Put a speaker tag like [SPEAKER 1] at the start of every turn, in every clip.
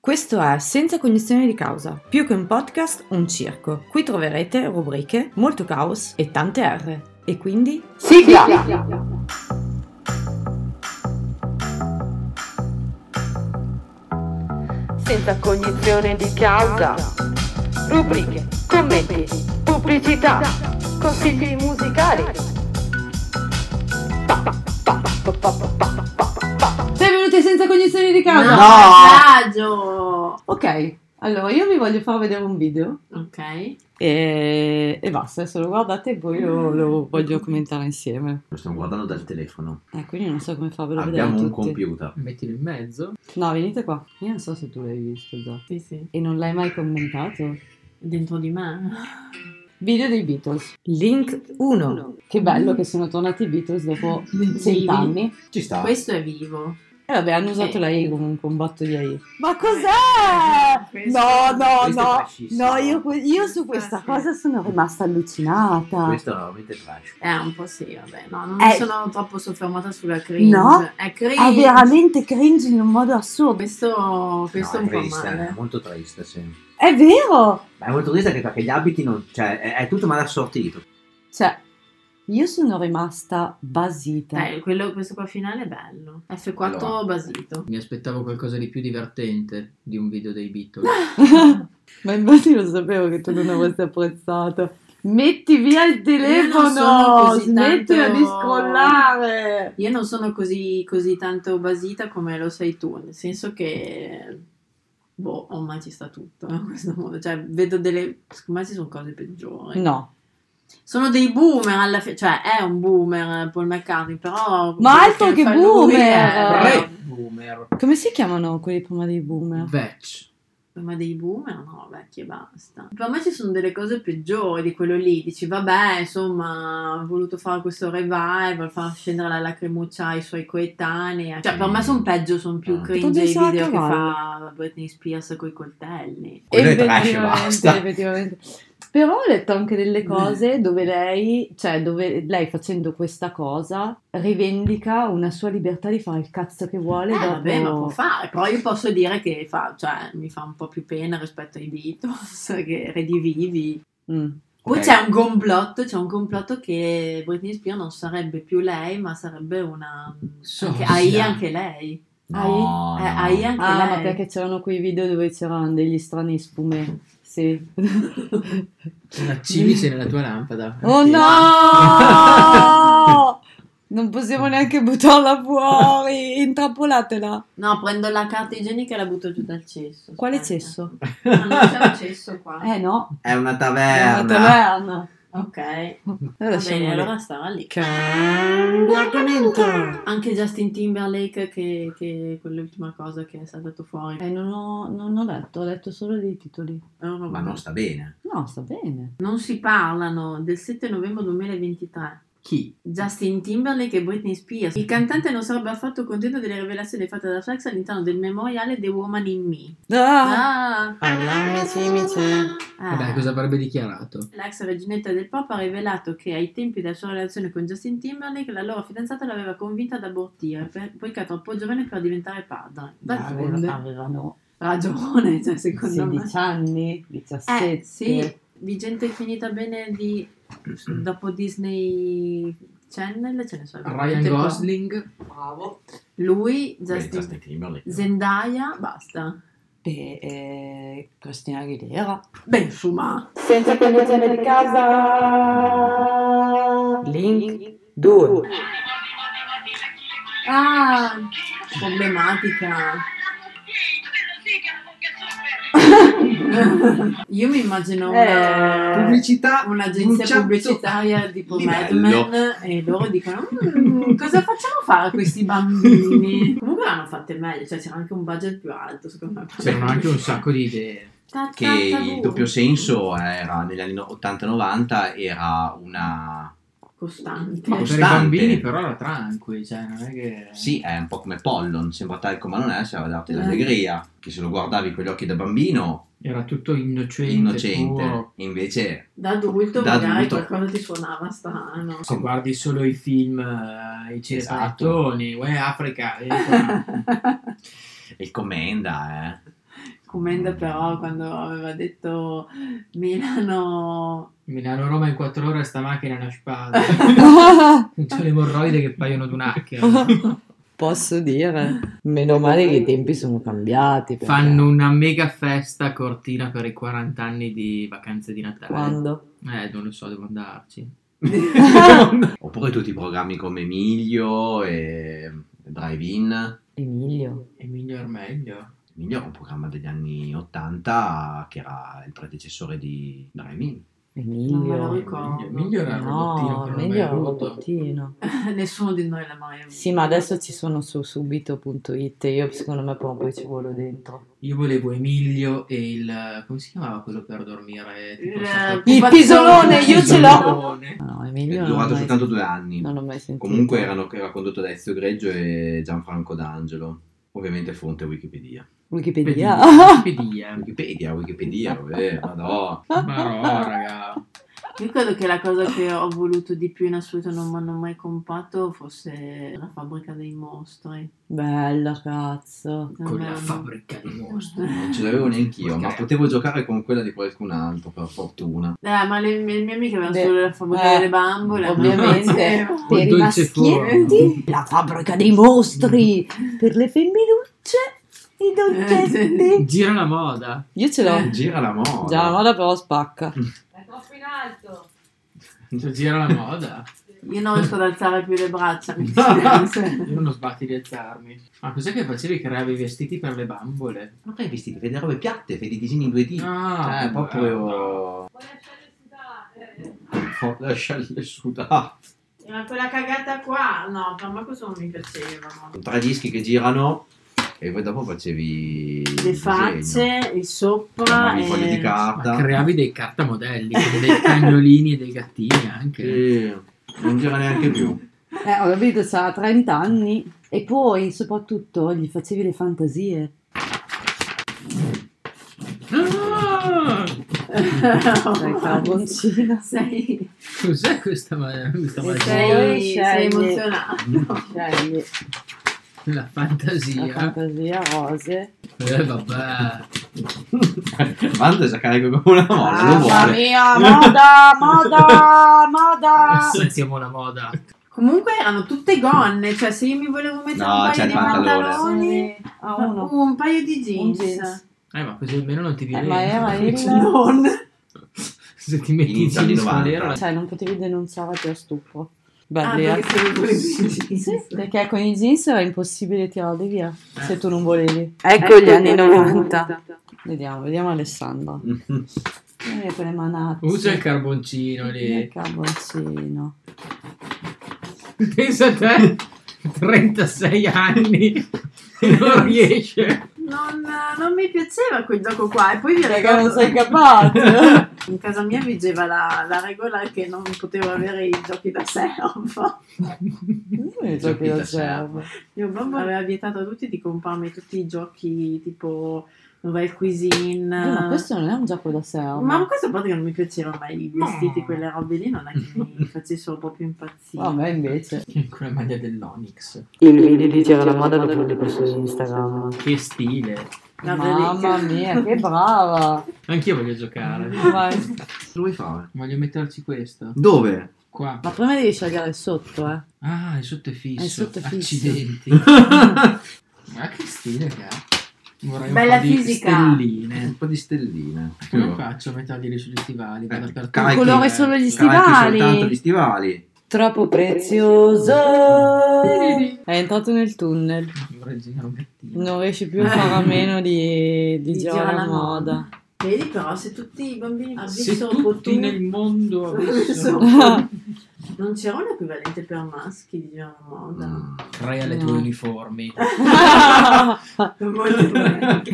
[SPEAKER 1] Questo è Senza cognizione di causa, più che un podcast, un circo. Qui troverete rubriche, molto caos e tante R. E quindi...
[SPEAKER 2] Sigla!
[SPEAKER 3] senza cognizione di causa. Rubriche, commenti, pubblicità, consigli musicali. Pa, pa, pa, pa, pa, pa, pa, pa, pa.
[SPEAKER 4] Benvenuti senza cognizione di causa.
[SPEAKER 2] No.
[SPEAKER 4] Coraggio.
[SPEAKER 1] Ok, allora io vi voglio far vedere un video
[SPEAKER 4] Ok.
[SPEAKER 1] e, e basta, adesso lo guardate e poi lo, lo voglio commentare insieme.
[SPEAKER 5] Lo stiamo guardando dal telefono.
[SPEAKER 1] Eh, quindi non so come farvelo vedere a
[SPEAKER 5] Abbiamo un
[SPEAKER 1] tutti.
[SPEAKER 5] computer.
[SPEAKER 6] Mettilo in mezzo.
[SPEAKER 1] No, venite qua. Io non so se tu l'hai visto già.
[SPEAKER 4] Sì, sì.
[SPEAKER 1] E non l'hai mai commentato?
[SPEAKER 4] Dentro di me.
[SPEAKER 1] Video dei Beatles. Link 1. Che bello che sono tornati i Beatles dopo
[SPEAKER 4] Vivi.
[SPEAKER 1] 100 anni.
[SPEAKER 5] Ci sta.
[SPEAKER 4] Questo è vivo.
[SPEAKER 1] E vabbè, hanno usato
[SPEAKER 4] Eh.
[SPEAKER 1] la I comunque, un botto di AI. Ma cos'è?
[SPEAKER 4] Questo-
[SPEAKER 1] No, no,
[SPEAKER 5] questo è
[SPEAKER 1] no.
[SPEAKER 5] fascista.
[SPEAKER 1] No, io, que- io su questa
[SPEAKER 4] Ah, sì.
[SPEAKER 1] cosa sono rimasta allucinata.
[SPEAKER 5] Questo è veramente trash.
[SPEAKER 4] Eh, un po' sì, vabbè. No, non
[SPEAKER 1] Eh.
[SPEAKER 4] mi sono troppo soffermata sulla cringe.
[SPEAKER 1] No.
[SPEAKER 4] È cringe.
[SPEAKER 1] È Ah, veramente cringe in un modo assurdo.
[SPEAKER 4] Questo, questo
[SPEAKER 5] No,
[SPEAKER 4] è un
[SPEAKER 5] è
[SPEAKER 4] po'
[SPEAKER 5] triste, È
[SPEAKER 4] male.
[SPEAKER 5] molto triste, sì.
[SPEAKER 1] È vero!
[SPEAKER 5] Ma è molto triste anche perché gli abiti non... Cioè, è, è tutto mal assortito.
[SPEAKER 1] Cioè, io sono rimasta basita.
[SPEAKER 4] Dai, quello- questo qua finale è bello. F4
[SPEAKER 5] Allora.
[SPEAKER 4] basito.
[SPEAKER 6] Mi aspettavo qualcosa di più divertente di un video dei Beatles.
[SPEAKER 1] Ma infatti lo sapevo che tu non avresti apprezzato. Metti via il
[SPEAKER 4] Io non sono
[SPEAKER 1] telefono,
[SPEAKER 4] così
[SPEAKER 1] smettila
[SPEAKER 4] tanto-
[SPEAKER 1] di scrollare.
[SPEAKER 4] Io non sono così, così tanto basita come lo sei tu, nel senso che boh, ormai ci sta tutto in questo modo. Cioè, vedo delle. Secondo me ci sono cose peggiori.
[SPEAKER 1] No,
[SPEAKER 4] Sono dei boomer alla fine, cioè è un boomer eh, Paul McCartney, però.
[SPEAKER 1] Ma altro che
[SPEAKER 4] fa
[SPEAKER 1] boomer!
[SPEAKER 4] è-
[SPEAKER 1] Eh.
[SPEAKER 6] Re boomer.
[SPEAKER 1] come si chiamano quelli prima dei boomer?
[SPEAKER 6] Vetch.
[SPEAKER 4] Ma dei boomer no, vecchi e basta. Per me ci sono delle cose peggiori di quello lì. Dici, vabbè, insomma, ha voluto fare questo revival, far scendere la lacrimuccia ai suoi coetanei. Cioè, per me sono peggio, sono più
[SPEAKER 5] Ah.
[SPEAKER 4] cringe i
[SPEAKER 1] Potenziale
[SPEAKER 4] video che
[SPEAKER 1] cavallo.
[SPEAKER 4] fa Britney Spears con i coltelli.
[SPEAKER 5] Quello è trash e
[SPEAKER 1] effettivamente,
[SPEAKER 5] basta.
[SPEAKER 1] effettivamente. Però ho letto anche delle cose dove lei, cioè dove lei facendo questa cosa rivendica una sua libertà di fare il cazzo che vuole.
[SPEAKER 4] Eh,
[SPEAKER 1] dopo-
[SPEAKER 4] vabbè, ma può fare. Però io posso dire che fa, cioè, mi fa un po' più pena rispetto ai Beatles, che redivivi.
[SPEAKER 1] Mm.
[SPEAKER 4] Poi
[SPEAKER 5] Ok.
[SPEAKER 4] c'è un complotto, c'è un complotto che Britney Spears non sarebbe più lei, ma sarebbe una... Anche,
[SPEAKER 6] Sosia.
[SPEAKER 4] AI anche lei.
[SPEAKER 5] No,
[SPEAKER 4] AI,
[SPEAKER 5] no.
[SPEAKER 4] eh, AI anche
[SPEAKER 1] Ah,
[SPEAKER 4] lei.
[SPEAKER 1] ma perché c'erano quei video dove c'erano degli strani spume. Sì.
[SPEAKER 6] Una civice nella tua lampada.
[SPEAKER 1] Oh
[SPEAKER 6] Sì.
[SPEAKER 1] no! Non possiamo neanche buttarla fuori, intrappolatela.
[SPEAKER 4] No, prendo la carta igienica e la butto giù dal cesso.
[SPEAKER 1] Quale
[SPEAKER 4] aspetta.
[SPEAKER 1] cesso?
[SPEAKER 4] Ah, non c'è un cesso qua.
[SPEAKER 1] Eh no,
[SPEAKER 5] È una
[SPEAKER 1] è
[SPEAKER 6] Eh,
[SPEAKER 5] taverna.
[SPEAKER 1] una taverna.
[SPEAKER 4] Ok, va bene,
[SPEAKER 1] Lasciamola.
[SPEAKER 4] allora stava lì.
[SPEAKER 1] Cambia argomento.
[SPEAKER 4] Anche Justin Timberlake, che, che quell'ultima cosa che è saltato fuori.
[SPEAKER 1] Eh, non ho, non ho letto, ho letto solo dei titoli.
[SPEAKER 4] È una roba.
[SPEAKER 5] Ma non sta bene.
[SPEAKER 1] No, sta bene.
[SPEAKER 4] Non si parlano del 7 novembre 2023.
[SPEAKER 6] Chi?
[SPEAKER 4] Justin Timberlake e Britney Spears. Il cantante non sarebbe affatto contento delle rivelazioni fatte da Flex all'interno del memoriale The Woman in Me.
[SPEAKER 1] Ah,
[SPEAKER 4] Ah!
[SPEAKER 6] Vabbè,
[SPEAKER 4] Eh.
[SPEAKER 6] cosa avrebbe dichiarato?
[SPEAKER 4] L'ex reginetta del pop ha rivelato che ai tempi della sua relazione con Justin Timberlake la loro fidanzata l'aveva convinta ad abortire per- poiché è troppo giovane per diventare padre. D'altronde
[SPEAKER 1] avevano, avevano
[SPEAKER 4] ragione, cioè, secondo
[SPEAKER 1] 16 anni,
[SPEAKER 4] me.
[SPEAKER 1] 17.
[SPEAKER 4] Eh, sì, Vigente e finita bene di dopo Disney Channel, ce ne sono
[SPEAKER 6] Ryan
[SPEAKER 4] veramente poche.
[SPEAKER 6] Gosling.
[SPEAKER 1] Bravo.
[SPEAKER 4] Lui,
[SPEAKER 5] Beh,
[SPEAKER 4] Justin
[SPEAKER 5] Justin Timberlake.
[SPEAKER 4] Zendaya, basta.
[SPEAKER 1] Beh, eh, Cristina Aguilera.
[SPEAKER 4] Beh, insomma,
[SPEAKER 3] Senza cognizione di causa.
[SPEAKER 1] Link 2.
[SPEAKER 4] ah, problematica. Io mi immagino
[SPEAKER 5] Eh,
[SPEAKER 4] una,
[SPEAKER 6] Pubblicità.
[SPEAKER 4] un'agenzia
[SPEAKER 6] Luciano-
[SPEAKER 4] pubblicitaria tipo Mad
[SPEAKER 5] Livello.
[SPEAKER 4] Men e loro dicono "Mm, cosa facciamo fare a questi bambini? Comunque l'hanno fatte meglio, cioè c'era anche un budget più alto secondo me.
[SPEAKER 6] C'erano anche un sacco di idee.
[SPEAKER 4] Ta- ta-
[SPEAKER 5] Che
[SPEAKER 4] ta-
[SPEAKER 5] il doppio senso era negli anni 80-90 era una...
[SPEAKER 4] costante.
[SPEAKER 6] Ma per i
[SPEAKER 5] Costante.
[SPEAKER 6] bambini però era tranqui, cioè non è che...
[SPEAKER 5] Sì, è un po' come Pollon, sembra talco ma non è, se aveva dato
[SPEAKER 4] Eh.
[SPEAKER 5] l'allegria, che se lo guardavi con gli occhi da bambino,
[SPEAKER 6] Era tutto innocente,
[SPEAKER 5] innocente,
[SPEAKER 6] puro.
[SPEAKER 5] invece
[SPEAKER 4] Da adulto
[SPEAKER 5] Da
[SPEAKER 4] magari
[SPEAKER 5] adulto.
[SPEAKER 4] qualcosa ti suonava strano.
[SPEAKER 6] Se guardi solo i film, eh, i cinepanettoni, Uè Africa, eh,
[SPEAKER 5] il commenda, eh.
[SPEAKER 4] commenda però quando aveva detto Milano...
[SPEAKER 6] Milano-Roma in quattro ore sta macchina è una spada. C'ho le morroide che paiono d'un'acchia.
[SPEAKER 1] Posso dire, meno male che i tempi sono cambiati. perché-
[SPEAKER 6] Fanno una mega festa a Cortina per i 40 anni di vacanze di Natale.
[SPEAKER 1] Quando?
[SPEAKER 6] Eh, non lo so, devo andarci.
[SPEAKER 5] Oppure tutti i programmi come Emilio e Drive-In.
[SPEAKER 1] Emilio.
[SPEAKER 6] Emilio meglio.
[SPEAKER 5] Emilio era un programma degli anni 80 che era il predecessore di Drive-In.
[SPEAKER 4] Non me lo
[SPEAKER 1] Emilio.
[SPEAKER 4] ricordo.
[SPEAKER 6] Emilio era un robottino
[SPEAKER 1] No,
[SPEAKER 6] che non è
[SPEAKER 1] Emilio
[SPEAKER 6] mai
[SPEAKER 1] è un
[SPEAKER 6] avuto.
[SPEAKER 1] robottino.
[SPEAKER 4] Nessuno di noi l'ha mai avuto.
[SPEAKER 1] Sì, ma adesso ci sono su subito.it. Io secondo me proprio poi ci volo dentro.
[SPEAKER 6] Io volevo Emilio e il... come si chiamava quello per dormire? Tipo
[SPEAKER 4] Il-
[SPEAKER 6] sta-
[SPEAKER 4] Il
[SPEAKER 6] Pupazzone.
[SPEAKER 4] pisolone,
[SPEAKER 1] Eh, io ce l'ho.
[SPEAKER 6] Pisolone.
[SPEAKER 1] No,
[SPEAKER 5] È
[SPEAKER 1] Emilio non l'ho
[SPEAKER 5] durato
[SPEAKER 1] mai,
[SPEAKER 5] soltanto due anni.
[SPEAKER 1] non l'ho mai sentito.
[SPEAKER 5] Comunque erano- era condotto da Ezio Greggio e Gianfranco D'Angelo. Ovviamente fonte Wikipedia.
[SPEAKER 1] Wikipedia.
[SPEAKER 6] Wikipedia.
[SPEAKER 5] Wikipedia, Wikipedia, vabbè, madò.
[SPEAKER 6] Ma no, raga.
[SPEAKER 4] Io credo che la cosa che ho voluto di più in assoluto non mi hanno mai comprato fosse la fabbrica dei mostri.
[SPEAKER 1] Bella, cazzo.
[SPEAKER 4] Non
[SPEAKER 6] Con
[SPEAKER 4] me
[SPEAKER 6] la
[SPEAKER 4] l'hanno-
[SPEAKER 6] fabbrica di mostri.
[SPEAKER 5] Non ce l'avevo neanche io, ma potevo giocare con quella di qualcun altro, per fortuna.
[SPEAKER 4] Eh, ma le mie, mie amiche avevano
[SPEAKER 1] Beh,
[SPEAKER 4] solo la fabbrica
[SPEAKER 1] eh,
[SPEAKER 4] delle bambole.
[SPEAKER 1] Ovviamente
[SPEAKER 4] ma-
[SPEAKER 1] per i
[SPEAKER 6] dolce
[SPEAKER 1] maschietti, la fabbrica dei mostri, per le femminucce, i dolcetti.
[SPEAKER 6] Gira la moda.
[SPEAKER 1] Io ce l'ho.
[SPEAKER 5] Gira la moda.
[SPEAKER 1] Già, la moda però spacca.
[SPEAKER 6] Cioè, Gira la moda.
[SPEAKER 4] Io non riesco ad alzare più le braccia. mi dispiace.
[SPEAKER 6] Ah, Io non sbatti di alzarmi. Ma cos'è che facevi che creavi i vestiti per le bambole?
[SPEAKER 5] Ma fai i vestiti, fai delle robe piatte, fai dei disegni in 2D.
[SPEAKER 6] Ah,
[SPEAKER 5] eh, proprio... Puoi lasciarle sudare.
[SPEAKER 4] Eh, Ma quella cagata qua, no, per me questo non mi piaceva. no.
[SPEAKER 5] Tre dischi che girano e poi dopo facevi... il
[SPEAKER 4] Le
[SPEAKER 5] disegno.
[SPEAKER 4] facce, eh, il sopra
[SPEAKER 5] Chiamavi fogli di
[SPEAKER 6] Ma
[SPEAKER 5] carta.
[SPEAKER 6] creavi dei cartamodelli, con dei cagnolini e dei gattini anche.
[SPEAKER 5] Sì, non gira neanche più.
[SPEAKER 1] Eh, ho capito, c'ha 30 anni. E poi, soprattutto, gli facevi le fantasie.
[SPEAKER 6] Ah!
[SPEAKER 1] Dai, Cioè, carboncino.
[SPEAKER 4] sei,
[SPEAKER 6] Cos'è questa, ma- questa
[SPEAKER 1] Sì,
[SPEAKER 6] magia?
[SPEAKER 4] sei, sei
[SPEAKER 1] scegli.
[SPEAKER 4] emozionato.
[SPEAKER 1] Scegli
[SPEAKER 6] La
[SPEAKER 1] la
[SPEAKER 6] fantasia.
[SPEAKER 1] fantasia rose.
[SPEAKER 6] Eh vabbè.
[SPEAKER 5] Manda già carico come una moda, lo
[SPEAKER 1] Mamma
[SPEAKER 5] vuole.
[SPEAKER 1] mia, moda, moda, moda.
[SPEAKER 6] Adesso siamo la moda.
[SPEAKER 4] Comunque erano tutte gonne, cioè se io mi volevo mettere
[SPEAKER 5] No,
[SPEAKER 4] un
[SPEAKER 5] c'è
[SPEAKER 4] paio
[SPEAKER 5] il
[SPEAKER 4] di
[SPEAKER 5] pantalone.
[SPEAKER 4] pantaloni,
[SPEAKER 1] A
[SPEAKER 4] un,
[SPEAKER 1] uno.
[SPEAKER 4] paio di
[SPEAKER 1] Un
[SPEAKER 4] jeans.
[SPEAKER 1] jeans.
[SPEAKER 6] Eh ma così almeno non ti
[SPEAKER 1] Eh,
[SPEAKER 6] viene. Cioè,
[SPEAKER 1] ma era il...
[SPEAKER 4] Non.
[SPEAKER 6] Se ti metti in
[SPEAKER 5] Inizio anni
[SPEAKER 6] giro
[SPEAKER 5] 90.
[SPEAKER 6] scalera.
[SPEAKER 1] Cioè, non potevi denunciare a stupro.
[SPEAKER 4] Ah,
[SPEAKER 1] Beh,
[SPEAKER 4] perché se volevo i jeans.
[SPEAKER 1] Sì, perché con i jeans era impossibile tirarli via se tu non volevi.
[SPEAKER 3] Ecco gli anni 90.
[SPEAKER 1] Vediamo, vediamo Alessandra. Vieni con le manate.
[SPEAKER 6] Usa il carboncino
[SPEAKER 1] Il
[SPEAKER 6] lì.
[SPEAKER 1] carboncino.
[SPEAKER 6] Pensa a te. 36 anni. e Non riesce.
[SPEAKER 4] Non, non mi piaceva quel gioco qua. E poi vi
[SPEAKER 1] Perché non sei
[SPEAKER 4] ricordo,
[SPEAKER 1] capace?
[SPEAKER 4] in casa mia vigeva la, la regola che non potevo avere i giochi da servo.
[SPEAKER 1] I giochi da Eh, servo.
[SPEAKER 4] Mio babbo aveva vietato a tutti di comprarmi tutti i giochi tipo Nouvelle Cuisine.
[SPEAKER 3] Ah.
[SPEAKER 1] Eh, Ma questo non è un gioco da servo.
[SPEAKER 4] Ma questo a parte che non mi piacevano mai i vestiti, quelle robe lì, non è che mi facessero proprio impazzire.
[SPEAKER 1] A me invece.
[SPEAKER 6] Con la maglia dell'Onyx.
[SPEAKER 3] Il video di Gira la moda l'ho pubblico su Instagram.
[SPEAKER 6] Che stile.
[SPEAKER 4] La
[SPEAKER 1] Mamma
[SPEAKER 4] verità.
[SPEAKER 1] mia, che brava.
[SPEAKER 6] Anch'io voglio giocare.
[SPEAKER 1] Vai.
[SPEAKER 5] Cosa vuoi fare?
[SPEAKER 6] Voglio metterci questo.
[SPEAKER 5] Dove?
[SPEAKER 6] Qua.
[SPEAKER 1] Ma prima devi scegliere il sotto, eh.
[SPEAKER 6] Ah, è sotto è fisso.
[SPEAKER 1] È sotto è fisso.
[SPEAKER 6] Accidenti. Ma che stile che ha. Vorrei
[SPEAKER 4] Bella
[SPEAKER 6] un po' di
[SPEAKER 4] fisica.
[SPEAKER 6] stelline.
[SPEAKER 5] Eh, Un po' di stelline. Ecco.
[SPEAKER 6] Come faccio a metterglieli sugli stivali? Vado
[SPEAKER 5] Eh,
[SPEAKER 6] per
[SPEAKER 5] cacchi.
[SPEAKER 6] tutti,
[SPEAKER 1] Colore
[SPEAKER 6] eh.
[SPEAKER 1] solo gli
[SPEAKER 5] Tra l'altro
[SPEAKER 1] stivali.
[SPEAKER 5] soltanto gli stivali.
[SPEAKER 1] Troppo prezioso. È entrato nel tunnel.
[SPEAKER 6] Vorrei girare un gattino.
[SPEAKER 1] Non riesci più a fare a meno di, Eh. di,
[SPEAKER 4] Di
[SPEAKER 1] girare
[SPEAKER 4] girare
[SPEAKER 1] la
[SPEAKER 4] la
[SPEAKER 1] moda.
[SPEAKER 4] Vedi però, se tutti i bambini
[SPEAKER 6] Ah, Se
[SPEAKER 4] avessero
[SPEAKER 6] tutti
[SPEAKER 4] potuto...
[SPEAKER 6] nel mondo
[SPEAKER 4] Avessero
[SPEAKER 6] avessero...
[SPEAKER 4] potuto- non c'era un equivalente per maschi di Giorno Moda.
[SPEAKER 5] Mm.
[SPEAKER 6] Crea le tue
[SPEAKER 1] No.
[SPEAKER 6] uniformi.
[SPEAKER 4] Non voglio dire.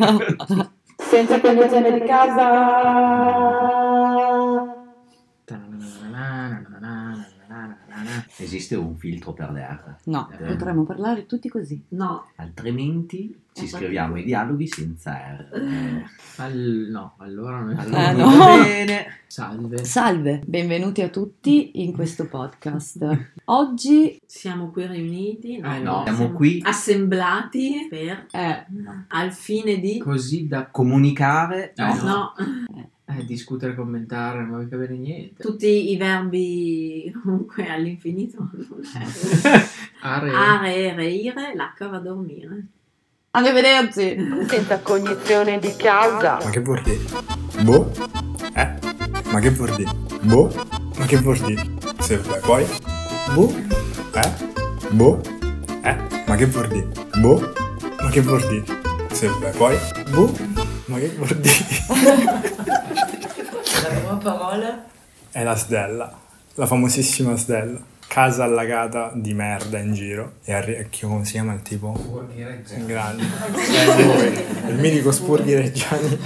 [SPEAKER 3] Senza condizione di casa.
[SPEAKER 6] italiana.
[SPEAKER 5] Esiste un filtro per le R.
[SPEAKER 1] No,
[SPEAKER 5] Eh.
[SPEAKER 1] potremmo parlare tutti così.
[SPEAKER 4] No,
[SPEAKER 5] Altrimenti ci scriviamo i dialoghi senza R.
[SPEAKER 6] Eh, Al- no, allora non
[SPEAKER 5] Allora,
[SPEAKER 1] Eh, no.
[SPEAKER 5] va bene.
[SPEAKER 6] Salve.
[SPEAKER 1] Salve, benvenuti a tutti in questo podcast. Oggi
[SPEAKER 4] siamo qui riuniti.
[SPEAKER 6] Eh, no,
[SPEAKER 5] siamo qui.
[SPEAKER 4] Assemblati per...
[SPEAKER 1] è
[SPEAKER 4] Al fine di...
[SPEAKER 6] Così da
[SPEAKER 5] Comunicare.
[SPEAKER 6] No.
[SPEAKER 5] no.
[SPEAKER 4] No,
[SPEAKER 6] eh, discutere, commentare, non va mica bene niente.
[SPEAKER 4] tutti i verbi comunque all'infinito.
[SPEAKER 6] Are.
[SPEAKER 1] Ah,
[SPEAKER 4] Are, re, ire, l'H va a dormire.
[SPEAKER 1] Arrivederci!
[SPEAKER 3] Senza cognizione di causa.
[SPEAKER 2] Ma che vuol dire? Boh? Eh? Ma che vuol dire? Boh? Ma che vuol dire? Se lo fai poi? Boh? Eh? Boh? Eh? Ma che vuol dire? Boh? Ma che vuol dire? Se lo fai poi? Boh? Ma che vuol dire?
[SPEAKER 7] La prima parola
[SPEAKER 2] È la stella, la famosissima stella. Casa allagata di merda in giro. E arri- chi- come si chiama il tipo? In grande. Eh, lui, il mitico Spurghi Reggiani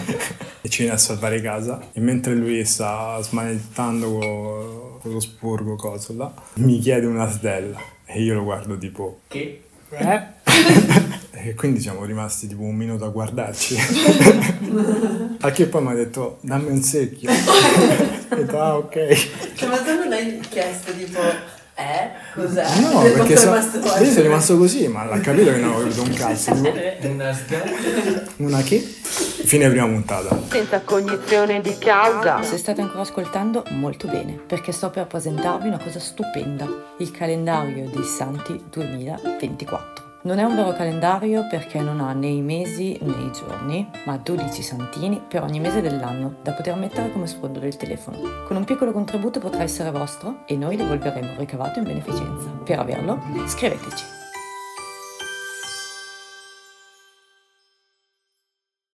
[SPEAKER 2] e ci viene a salvare casa. E mentre lui sta smanettando co- con lo spurgo coso là, mi chiede una stella. E io lo guardo tipo...
[SPEAKER 6] Che?
[SPEAKER 2] Eh? e quindi siamo rimasti tipo un minuto a guardarci. a che poi mi ha detto dammi un secchio. Ho detto ah ok.
[SPEAKER 7] Cioè, ma tu non hai chiesto tipo, eh, cos'è?
[SPEAKER 2] No,
[SPEAKER 7] Sei
[SPEAKER 2] perché
[SPEAKER 7] proprio
[SPEAKER 2] so-
[SPEAKER 7] rimasto
[SPEAKER 2] io sono rimasto così, ma l'ha capito che non avevo capito un cazzo. tipo,
[SPEAKER 6] Una
[SPEAKER 2] Una che? Fine prima puntata.
[SPEAKER 3] Senza cognizione di causa.
[SPEAKER 8] Se state ancora ascoltando, molto bene, perché sto per presentarvi una cosa stupenda, il calendario dei Santi 2024. Non è un vero calendario perché non ha né i mesi né i giorni, ma 12 santini per ogni mese dell'anno da poter mettere come sfondo del telefono. Con un piccolo contributo potrà essere vostro e noi devolveremo il ricavato in beneficenza. Per averlo, scriveteci